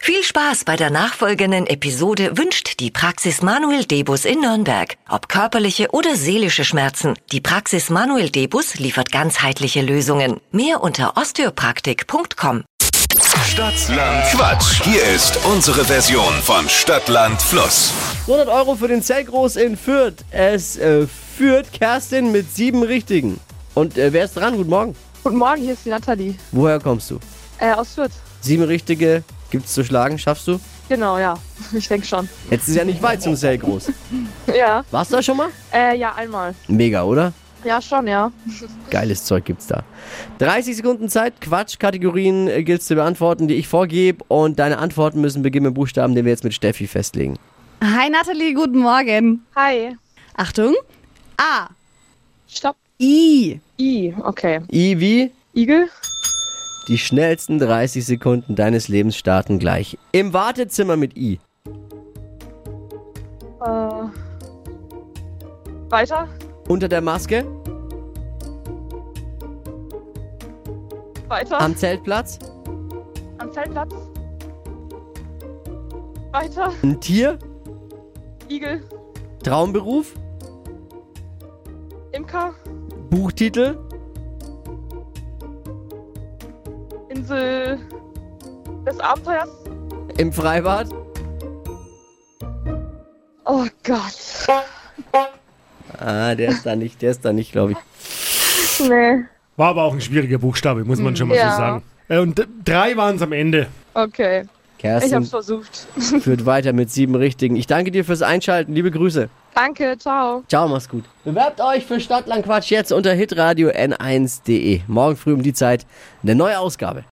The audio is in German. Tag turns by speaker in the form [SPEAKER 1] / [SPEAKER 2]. [SPEAKER 1] Viel Spaß bei der nachfolgenden Episode wünscht die Praxis Manuel Debus in Nürnberg. Ob körperliche oder seelische Schmerzen, die Praxis Manuel Debus liefert ganzheitliche Lösungen. Mehr unter osteopraktik.com.
[SPEAKER 2] Stadtland Quatsch. Hier ist unsere Version von Stadtland Fluss.
[SPEAKER 3] 100 Euro für den Zellgroß in Fürth. Es äh, führt Kerstin mit sieben Richtigen. Und äh, wer ist dran? Guten Morgen.
[SPEAKER 4] Guten Morgen, hier ist die Nathalie
[SPEAKER 3] Woher kommst du?
[SPEAKER 4] äh, aus Fürth.
[SPEAKER 3] Sieben Richtige gibt's zu schlagen. Schaffst du?
[SPEAKER 4] Genau, ja. Ich denke schon.
[SPEAKER 3] Jetzt ist ja nicht weit zum Zellgroß.
[SPEAKER 4] Ja,
[SPEAKER 3] Warst du da schon mal?
[SPEAKER 4] äh, ja, einmal.
[SPEAKER 3] Mega, oder?
[SPEAKER 4] Ja, schon, ja.
[SPEAKER 3] Geiles Zeug gibt's da. 30 Sekunden Zeit, Quatschkategorien äh, gilt's zu beantworten, die ich vorgebe. Und deine Antworten müssen beginnen mit Buchstaben, den wir jetzt mit Steffi festlegen.
[SPEAKER 5] Hi Nathalie, guten Morgen.
[SPEAKER 4] Hi.
[SPEAKER 5] Achtung. A.
[SPEAKER 4] Stopp.
[SPEAKER 5] I.
[SPEAKER 4] I, okay.
[SPEAKER 3] I wie?
[SPEAKER 4] Igel?
[SPEAKER 3] Die schnellsten 30 Sekunden deines Lebens starten gleich. Im Wartezimmer mit I.
[SPEAKER 4] Äh, weiter?
[SPEAKER 3] Unter der Maske?
[SPEAKER 4] Weiter?
[SPEAKER 3] Am Zeltplatz?
[SPEAKER 4] Am Zeltplatz? Weiter?
[SPEAKER 3] Ein Tier?
[SPEAKER 4] Igel?
[SPEAKER 3] Traumberuf?
[SPEAKER 4] Imker?
[SPEAKER 3] Buchtitel?
[SPEAKER 4] Insel des Abenteuers?
[SPEAKER 3] Im Freibad?
[SPEAKER 4] Oh Gott.
[SPEAKER 3] Ah, der ist da nicht, der ist da nicht, glaube ich.
[SPEAKER 4] Nee.
[SPEAKER 6] War aber auch ein schwieriger Buchstabe, muss man schon mal
[SPEAKER 4] Ja.
[SPEAKER 6] so sagen. Äh, Und d- drei waren es am Ende.
[SPEAKER 4] Okay. Ich hab's
[SPEAKER 3] Kerstin
[SPEAKER 4] versucht.
[SPEAKER 3] führt weiter mit sieben Richtigen. Ich danke dir fürs Einschalten. Liebe Grüße.
[SPEAKER 4] Danke, ciao.
[SPEAKER 3] Ciao, mach's gut. Bewerbt euch für Stadtlandquatsch jetzt unter hitradio n1.de. Morgen früh um die Zeit eine neue Ausgabe.